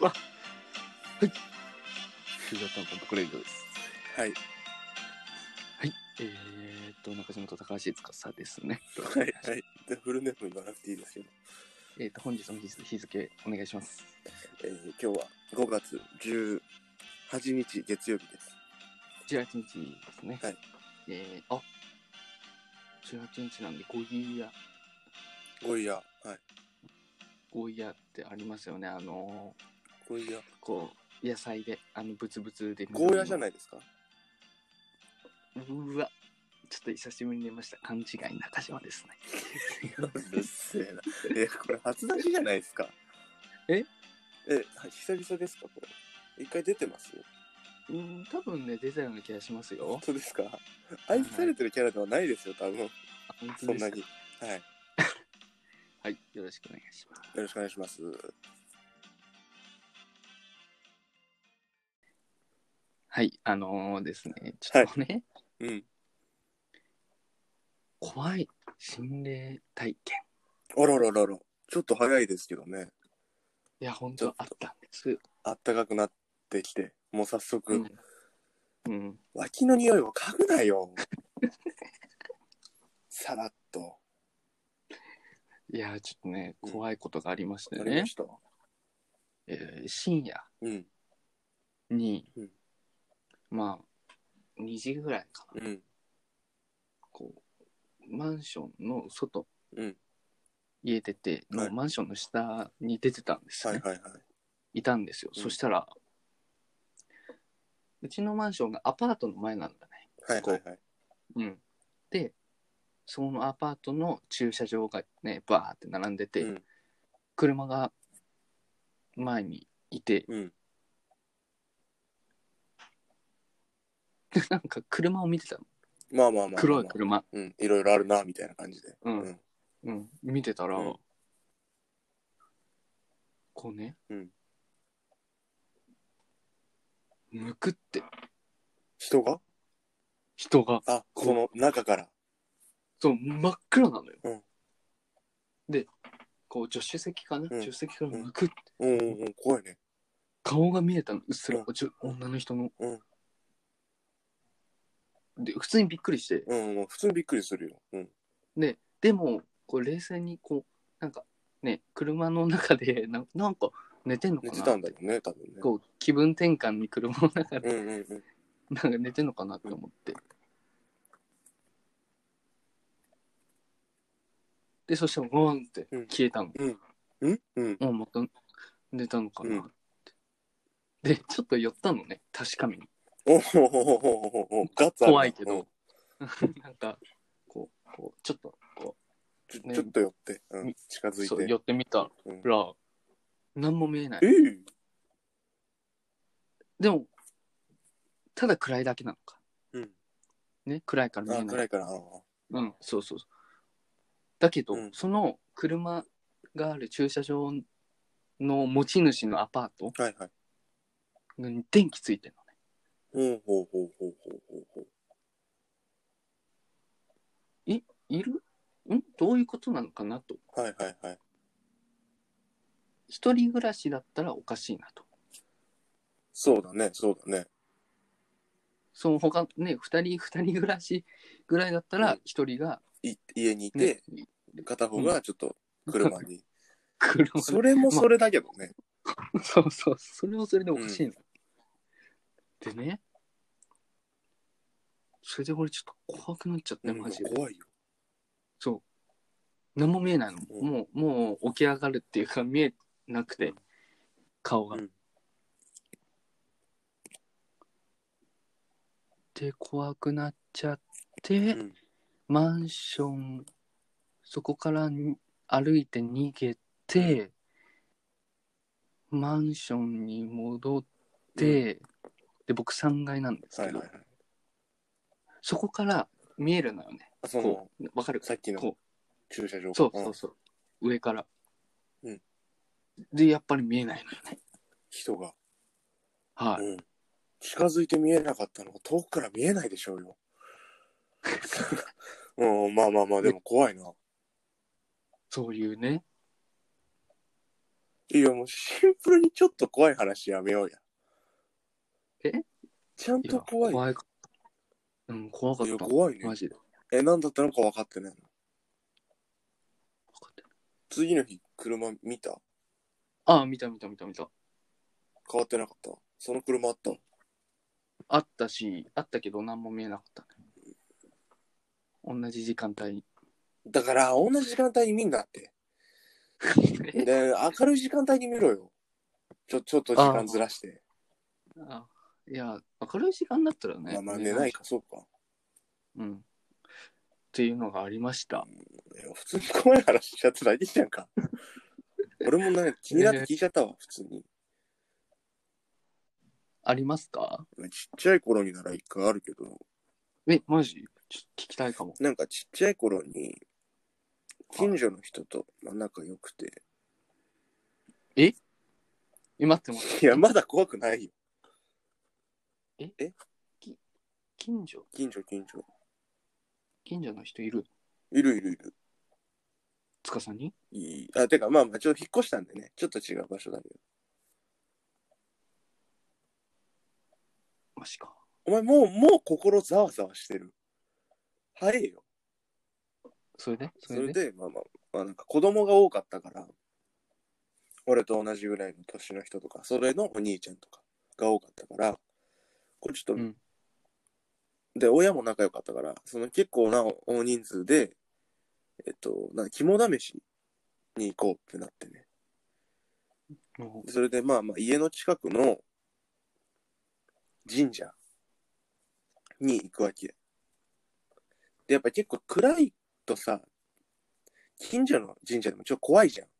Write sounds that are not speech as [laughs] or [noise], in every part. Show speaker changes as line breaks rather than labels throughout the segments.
わはいスーダタンポンポコレイドです
はい。
はいえー、っと中島と高橋司ですね
はい。はい。でフルネーム言わなくていいですよ。
[laughs] えー、っと本日の日付日付お願いします
えー、今日は5月18日月曜日です。
18日ですね
はい
えー、あ18日なんでゴイヤ
ゴイヤ。はい。
ゴイヤってありますよねあのー
ゴイヤ。
こう野菜であのブツブツで
ゴーヤじゃないいですか
うわちょっと久しぶりに出ました勘違い中島ですね
[laughs] うっせえな。 [laughs] え、これ初出しじゃないですか
え
え、はい久々ですかこれ。一回出てます
うん多分ね出たような気がしますよ
本当ですか愛されてるキャラではないですよ、多分。
あ本当
そん
ですか
なに。はい。よ
はい、よろしくお願いします。
ろしくお願いします。
はい、あのーですね、ちょっとね、
うん。
怖い心霊体験。
あらららら。ちょっと早いですけどね。
いや、本当あったんです。
あったかくなってきて、もう早速。
うん。うん、
脇の匂いを嗅ぐな
[laughs]
よ。さらっと。
いや、ちょっとね、
うん
怖いことがありまして
あり
ね
ま、した。
えー深夜
うん。
に、
うん
まあ、2時ぐらいかな、
うん。
こう、マンションの外、
うん。
家出て、
は
も
い
うマンションの下に出てたんです
は
ね。
いはいはい。
い、たんですよ。
うん
そしたら、うちのマンションがアパートの前なんだね。
はいはいはい。
うん、でそのアパートの駐車場がねバーって並んでて、
うん
車が前にいて
うん。
でなんか車を見てたの
まあまあまあまあ。
黒い車、
うん。いろいろあるな、みたいな感じで。
うん
うん。
うん、見てたら、
うん
こうね、
うん
むくって
人が
人が
あ、この中から。
そう真っ暗なのよ、
うん
でこう助手席かな、
うん
助手席からむくって
うんうんうん。怖いね。
顔が見えたのうっすら、
うん
ちょ女の人の、
うん
で普通にびっくりして
うんうん。普通にびっくりするよ。うん。
ででもこう冷静にこうなんかね車の中で [laughs] ななんか寝てんのか
寝
な
てたんだろうね、多分ね。
こう気分転換に車の中で [laughs]
うんうんうん。
なんか寝てんのかなって思ってでそしたらゴーンって消えたの、
うんうん。
もうまた寝たのかなって、でちょっと寄ったのね確かめに
おほほほほほほ。ガッツあるな
怖いけ
う
ど
ん、
なんかこうこうちょっとこ
ちょ
ね
ちょっと寄って。うん。近づ
うそう
いて。
寄ってみた
うん
ら何も見えない
えい
でもただ暗いだけなのか
うん。
ね暗いから見え
あ、
な
暗
い
いから。あ
うんそうそうそうだけど、
うん
その車がある駐車場の持ち主のアパート
はいはい。
に電気ついてるのね
ほうほうほうほうほうほうほう。
いるんどういうことなのかなと
はいはいはい。
一人暮らしだったらおかしいなと
そうだね、そうだね。
その他ね二人二人暮らしぐらいだった
う
ら
ん
一人が、
い家にい
ね
て、片方がちょっと車に。
車で
[laughs] それもそれだけどね。
[laughs] そうそう、それもそれでおかしいの。でね、それで俺ちょっと怖くなっちゃって、
うん
マジで。
怖いよ。
そう。何も見えないの。
うん
もう、もう起き上がるっていうか、見えなくて、顔が。
うん
で、怖くなっちゃっ
う
て、
ん。
マンション、そこからに歩いて逃げて、マンションに戻って、で、僕3階なんです
はい
け
はい
ど、
はい。
そこから見えるのよね。
あその、
わかる
さっきの
こ
駐車場
う。そうそうそう。上から。
うん
で、やっぱり見えないのよね。
人が。
はい。
うん。近づいて見えなかったのが遠くから見えないでしょうよ。 [laughs] うん、まあまあまあ、でも怖いな。
そういうね。
いや、もうシンプルにちょっと怖い話やめようや。
え
ちゃんと怖い。
怖いかうん、怖かっ
いや
た。
怖いね
マジで。
え、なんだったのか分かってないの。
分かってない
次の日、車見た
ああ、見た見た見た見た。
変わってなかった。その車あった。
あったし、あったけど何も見えなかったね。同じ時間帯に。
だから、同じ時間帯に見んなって。で、明るい時間帯に見ろよ。ちょ、ちょっと時間ずらして。
[laughs] あいや、明るい時間だったらね。
まあまあ、寝ないか、そうか。
うん。っていうのがありました。
いや普通に怖い話しちゃっただけじゃんか。俺もね、気になって聞いちゃったわ、普通に。
ありますか
ちっちゃい頃になら一回あるけど、
え、マジちょ聞きたいかも。
なんかちっちゃい頃に、近所の人と、まあ、仲良くて。
え、待って待って。
いや、まだ怖くないよ。
近所
近所、近所。
近所の人いる
いるいるいる。
つかさんに
いいあ、てか、まあまあ、ちょっと引っ越したんでね。ちょっと違う場所だけど。
マジか。
お前、もう、もう心ざわざわしてる。早いよ。
それでそ
そ
れ
れ
で
で、まあまあ、まあなんか子供が多かったから、俺と同じぐらいの年の人とか、それのお兄ちゃんとかが多かったから、これちょっと、
うん
で、親も仲良かったから、その結構な大人数で、えっと、なんか肝試しに行こうってなってね。
も
それで、まあまあ、家の近くの神社に行くわけ。で、やっぱ結構暗いとさ、近所の神社でもちょっと怖いじゃん。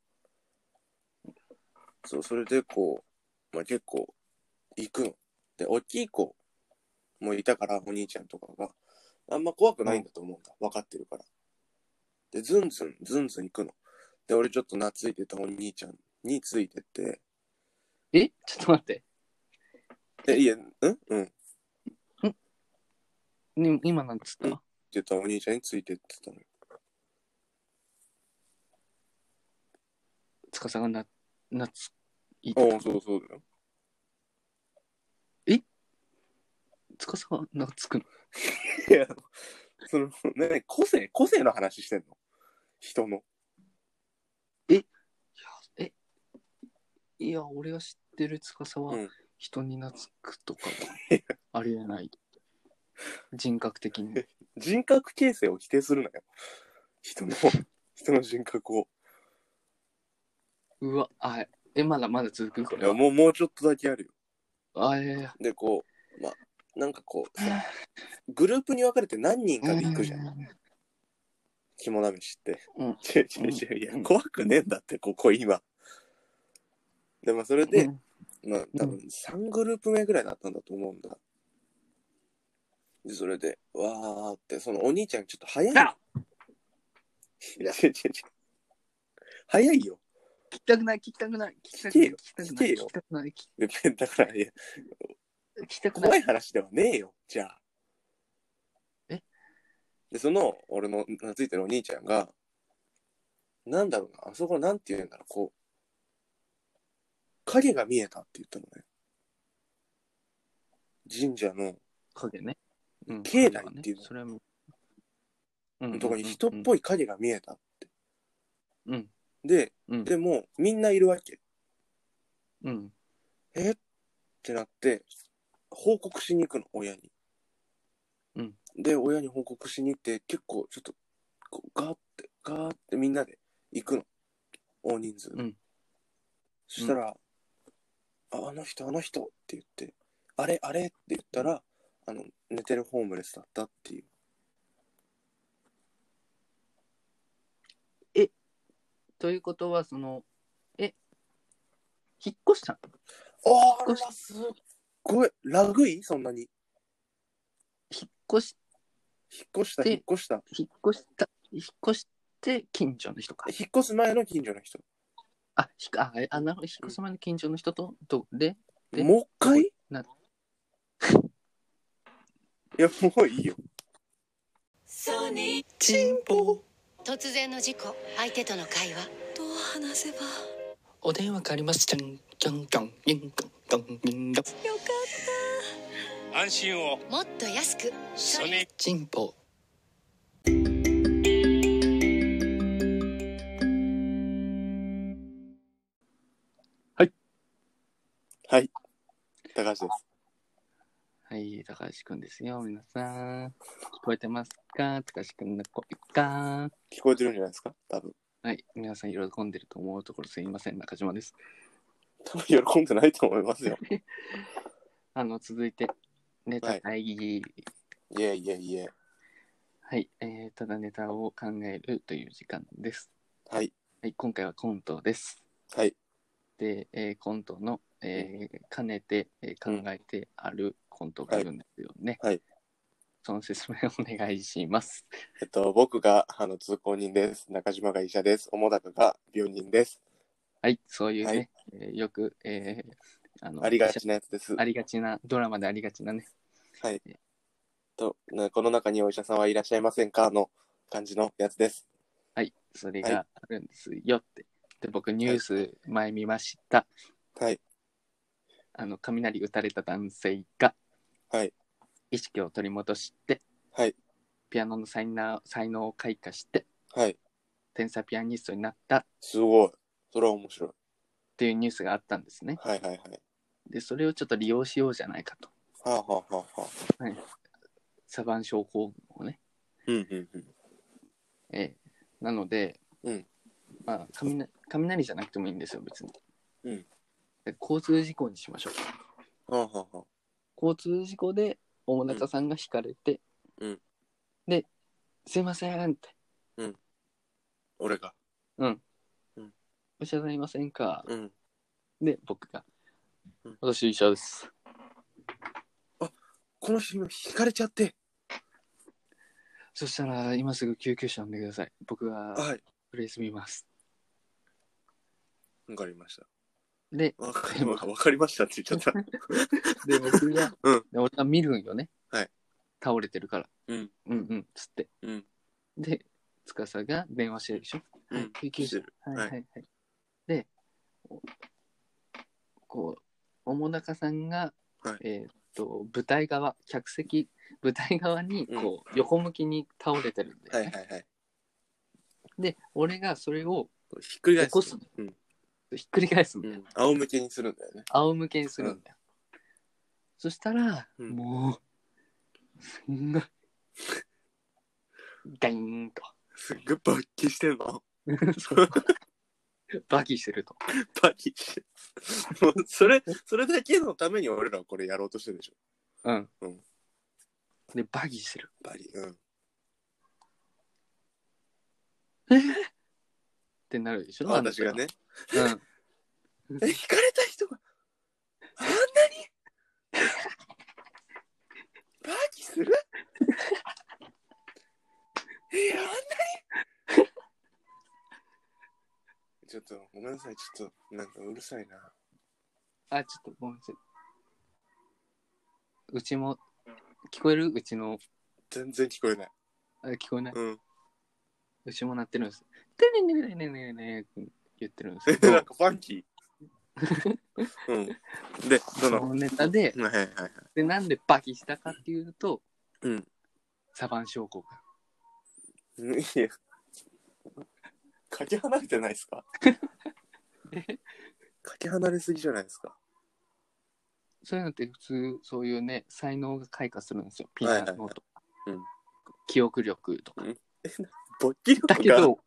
そう、それでこう、まあ結構行くの。で、大きい子もいたから、お兄ちゃんとかが、あんま怖くないんだと思うんだ。分かってるから。で、ズンズン、ズンズン行くの。で、俺ちょっと懐いてたお兄ちゃんについてって、
うえちょっと待って。
え、いや、んうん。って
ね、今なんつった
言ったらお兄ちゃんについてってたのよ。
つかさんがな、なつ、い
ああ、そうそうだよ。
つかさんがなつくの
[laughs] いや、その、ね、個性、個性の話してんの人の。
いや、俺が知ってる司は
うん
人に懐くとか
[laughs]
はありえない。人格的に。
人格形成を否定するなよ。人の、 [laughs] 人の人格を。
うわ、あえ、まだまだ続くこ
い
れ
や、
は。
もう、もうちょっとだけあるよ。
あ、いやいや。
で、こう、まあ、なんかこうさ、グループに分かれて何人かで行くじゃん。肝試しって。
うん
違う違う違う。いや、怖くねえんだって、ここ今。で、まあ、それ
で、
で、まあ多分3グループ目ぐらいだったんだと思うんだ。で、それで、わーって、そのお兄ちゃんちょっと早い。
あ
いや違う違う違う早いよ。
聞きたくない、聞きたくない、聞きたくない、
聞
聞
け
きたくない、
聞け
聞
よ
きたくない、聞
でだから、いや、
きたくな
怖
い。
い話ではねえよ、じゃあ。
え
で、その、俺の懐いてるお兄ちゃんが、なんだろうな、あそこなんて言うんだろう、こう、影が見えたって言ったのね。神社の
影ね。うん
境内っていうの
それはもう。うん
とこに人っぽい影が見えた。
うん。
で、
うん。
でも、みんないるわけ。
うん。
えってなって、報告しに行くの、親に。
うん。
で、親に報告しに行って、結構、ちょっと、こうガーって、ガーってみんなで行くの。大人数。
うん
そしたら、あ、あの人、あの人って言って、あれ、あれって言ったら、あの、寝てるホームレスだったっていう。
ということは、その、え、引っ越したの
あら、すっごい。ラグいそんなに。
引っ越し、
引っ越した、
で
引っ越した。
引っ越した、引っ越して近所の人か。
引っ越す前の近所の人。
あ、ひあ、えあなるほど引っ越す前の近所の人と、と、で、で
もう一回い
な
や、もういいよ。
ソニー
チンポ
突然の事故相手との会話
どう話せば
お電話かかります。ちゃんちゃんちゃんちゃんちゃんちゃんちゃん
よか
安心を
ったもっと安く
ソニー
チンポ。
はい。高橋です。
はい、高橋くんですよ、皆さん。聞こえてますか高橋くんの声か。
聞こえてるんじゃないですか多分。
はい、皆さん喜んでると思うところすいません、中島です。
多分喜んでないと思いますよ。
あの、続いて、ネタ会議。
いえいえいえ。
はい、えー、ただネタを考えるという時間です。
はい。
はい、今回はコントです。
はい。
で、えーコントの、えー兼ねて、えー考えてあるコントがあるんですよね。
はいはい
その説明をお願いします。
えっと、僕が、あの、通行人です。中島が医者です。主高が病人です。
はい、そういうね、
はい
えーよく、えーあの
ありがちなやつです。
ありがちな、ドラマでありがちなね。
と、ねこの中にお医者さんはいらっしゃいませんかの感じのやつです。
はい、それ
はい
があるんですよって。で、僕、ニュース前見ました。
はい。
あの、雷打たれた男性が
はい。
意識を取り戻して、
はい。
ピアノの才能才能を開花して、
はい。
天才ピアニストになったっ
すごい。それは面白い。
ていうニュースがあったんですね。
はいはいはい。
で、それをちょっと利用しようじゃないかと。
はあはあはあはあ。
サバン症候群をね。
うんうんうん。
えーなので、
うん
まあ雷、雷じゃなくてもいいんですよ、別に。
うん
で交通事故にしましょう。
はあはあはあ。
交通事故で大中さんがひかれて、
うん
で「すいません」って
俺が。
「お医者さんいませんか
うん。
で僕が
う
「
ん
私医者です
この人今引かれちゃって。」
そしたら今すぐ救急車呼んでください僕が
はい。
プレイス見ます
わかりました。
で
わかりまわかりましたって言っちゃった。 [laughs]
で僕が、
うん
で俺が見るんよね、
はい
倒れてるから、
うん
うんうんつって、
うん
で司が電話してるでしょ、
うん
はい救急車
して
はいは
はい
いはい、でおこう面中さんが、
はい
えーっと舞台側客席舞台側にこう、横向きに倒れてるんで、
はいはいはい。
で俺がそれを
ひっくり返
起
す。
こすの
うん。
ひっくり返すの、
うん。仰向けにするんだよね。
仰向けにするんだよ、そしたら、
うん
もうすんごいガイーンと
すっごいバッキしてんの。
そうバキしてると
バキして。もうそれ、それだけのために俺らはこれやろうとしてるでしょ。
うん、
うん
でバキしてる
バリ。うん。
ってなるでしょ
私がね。
あの人は
え、引かれた人が、あんなにバキするえ、あんなにちょっと、ごめんなさい。ちょっと、なんかうるさいな。
うんあちょっとごめんなさいうちも聞こえるうちの
全然聞こえない。
あ聞こえない、
うん。
うちも鳴ってるんですてねねねねねねね言ってるんですけ
[laughs] えな
ど
んかファンキ [laughs] ー。うん。で、そ
そ
の、
のネタで
はいはいはい。
でなんでバキしたかっていうと
うん。
サバン症候
いや。かけ離れてないです [laughs] か
え
かけ離れすぎじゃないですか。
そういうのって普通そういうね才能が開花するんですよピアノとか、
はいはいはいうん
記憶力とか、
うん勃起力が
だけど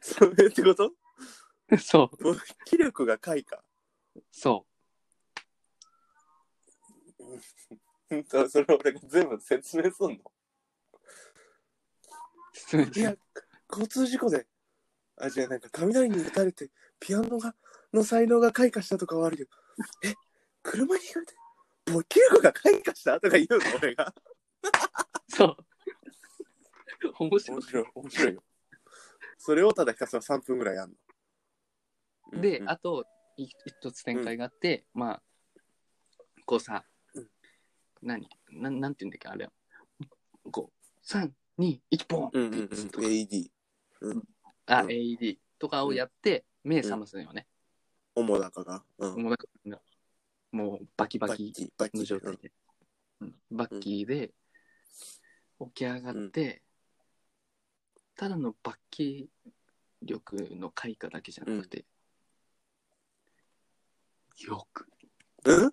それってこと
[laughs] そう
勃起力が開花。
そ
うんとそれ俺が全部説明すんの。
う失礼
いや、交通事故で、あ、違う、なんか雷に打たれて、ピアノが、の才能が開花したとかはあるけど、え、車に行かれて、勃起力が開花したとか言うの俺が。
そう面白い
面白い、面白いよ。それをただひたすら3分ぐらいやんの。
で、
うん
あとい一つ展開があって、まあこうさ、
うん
何なんなんて言うんだっけあれこう321ポンって
うんうんうん、
やつとか、
AD。
あ、
うん
AED とかをやって、目覚ますのよね。
おもだかが。うん。
もうなんかもうバキバキ
キ、バ
の
キ。
状
う
態
ん
で。うんバッキーで、起き上がって、ただのバッキー力の開花だけじゃなくて、よく、
うん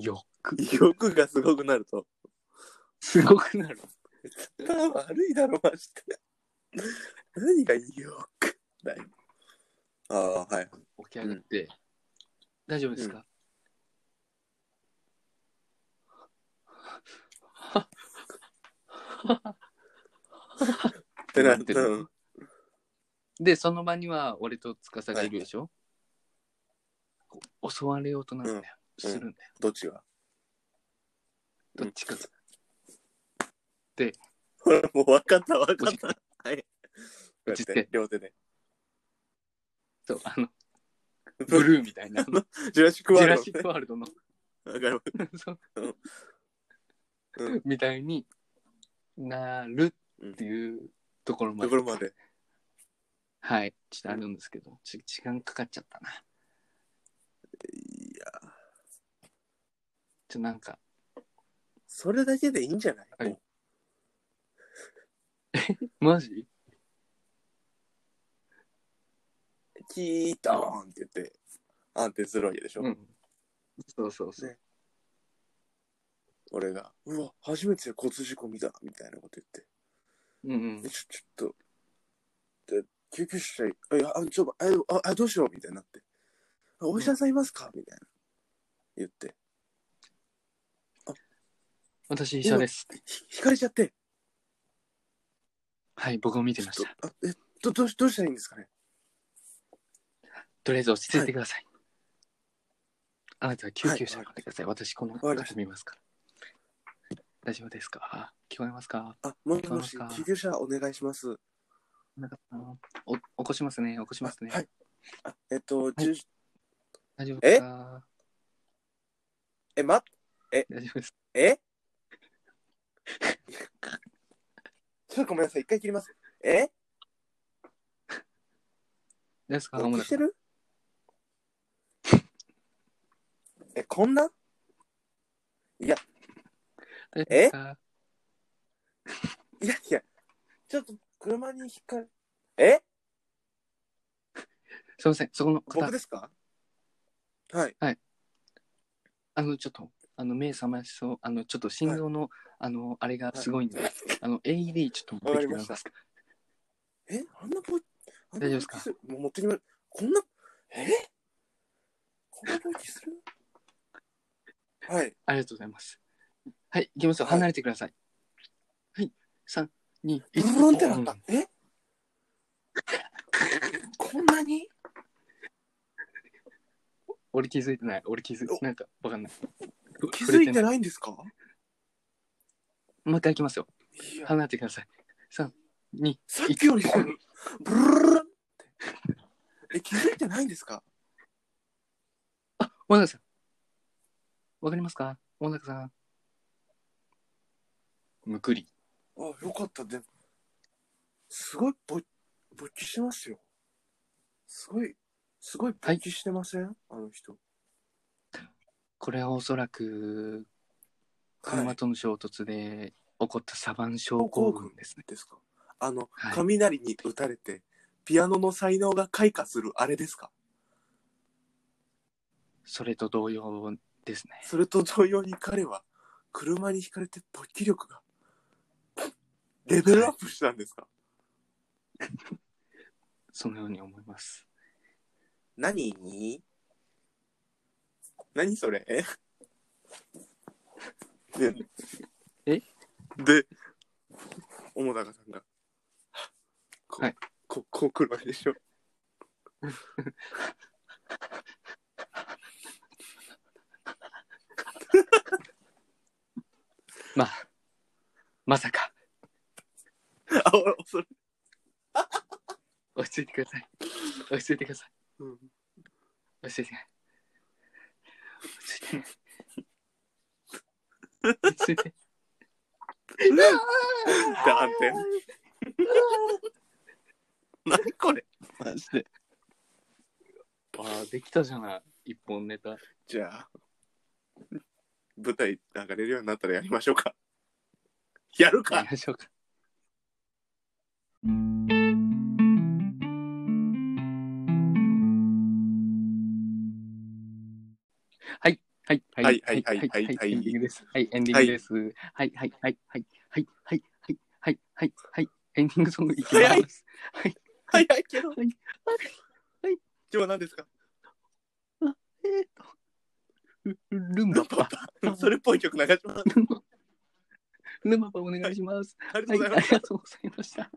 よく、
欲がすごくなると。
すごくなる。
頭悪いだろ、マジで。何が欲だよ。ああ、はい。
起き上がって、大丈夫ですか、 [laughs]
ってな
なっ
ってて
る
うん。
で、その場には俺と司がいるでしょ、こう襲われようとなんだよ、
うん
するんだよ、
どっちがうん
どっちかが。
ほら、もう分かった、分か
落
っ
ち着
た。はい。こうやっ
落ち着け
て、両手で。
そう、あの、ブルーみたいな、
[laughs]
あの
ジュラシック
ジュ
ワー
ラ
ル
シックワールドの、 [laughs]
ド。わかる。
そう
うん
みたいになるっていうところまで、
ところまで。
はい、ちょっとあるんですけど、ちょっと時間かかっちゃったな。
いや、
ちょっとなんか、
それだけでいいんじゃない、
はい
も
マジ
うキートーンって言って、安定するわけでしょ、
うん。そうそうそう。
俺が。うわ、初めて交通事故見たみたいなこと言って。
うんうん
え。ちょ、ちょっと、で救急車、あ、いや、あ、ちょっと、あ、ああ、どうしようみたいになって。あお医者さんいますかみたいな。言って。
私、医者です。
ひひかれちゃって。
はい、僕も見て
ちょ
ま
っ
した。
と、あえどどうし、どうしたらいいんですかね
とりあえず落ち着いてください。あなたは救急車を呼んでください。私、この
わかりまし
方見ますから。大丈夫ですか聞こえますか
あ、もし
ど
もし
うですか、
救急車お願いします。
なんかあのお起こしますね、起こしますね。
はい。あ、えっと、じゅう
大丈夫ですか
え、ま、
大丈夫です。
えちょっとごめんなさい、一回切ります。
大
え
丈夫ですか
復
主
帰
な
してるえ、こんない
大丈夫ですか
やいや、ちょっと車に引っかえ
すいません、そこの
僕
方、
ですかはい。
あの、ちょっと、あの、目覚ましそう、あの、ちょっと心臓の、あの、あれがすごいんで、あの、AED ちょっと持ってきてもらえますか
えあんなぼ、あんな
大丈夫ですか
ぼっきもう持ってきまこんな、えこんなぼっきするはい。
ありがとうございます。はい、行きますよ。
はい
離れてください。はい、3、2、
ブ
1。
ルンってなっ
う
た
ん。
えこんなに
俺気づいてない。俺気づい
お
なんか、わかんない。
気づいて
い。
ないんですか
もう一回行きますよ。
いや
離れてください。3、2、
さっきよりブルルルンって。え、気づいてないんですか
あ、小高さん。わかりますか小高さん。むくり。
あ、よかった。でも、すごいぼ、勃起してますよ。すごい、すごい勃起してません、あの人。
これはおそらく、
は
車
い。
との衝突で起こったサバン症候群ですね。
ですかあの、
はい
雷に打たれて、ピアノの才能が開花するあれですか
それと同様ですね。
それと同様に彼は、車に惹かれて勃起力が、レベルアップしたんですか
そのように思います。
何何それえで、
え
で、小高さんが、こう、
はい
ここう来るわけでしょ。
まあ、まさか、
あ、俺それ、
落ち着いてください。落ち着いてください。
うん、
落ち着いて。落ち着いて。
だって。何これマジで。
ああ、できたじゃない。一本ネタ。
じゃあ、舞台流れるようになったらやりましょうか。やる
や
か
りましょうか。はい、はい、
はいはいはいはいはい
エンディングです。はい、エンディングです。はい、はい、はい、はい、はい、はい、はい、はい、はい、はい、エンディングソングいき
早い
ます。はい、
早いけど。
はい、
今日は何ですか
えっと、ルルン
ルン
バ
バパ。それっぽい曲流します。
ルンバパお願いします。
ありが
はい、
とうござい
あ
ま
り
す
が。とうございました。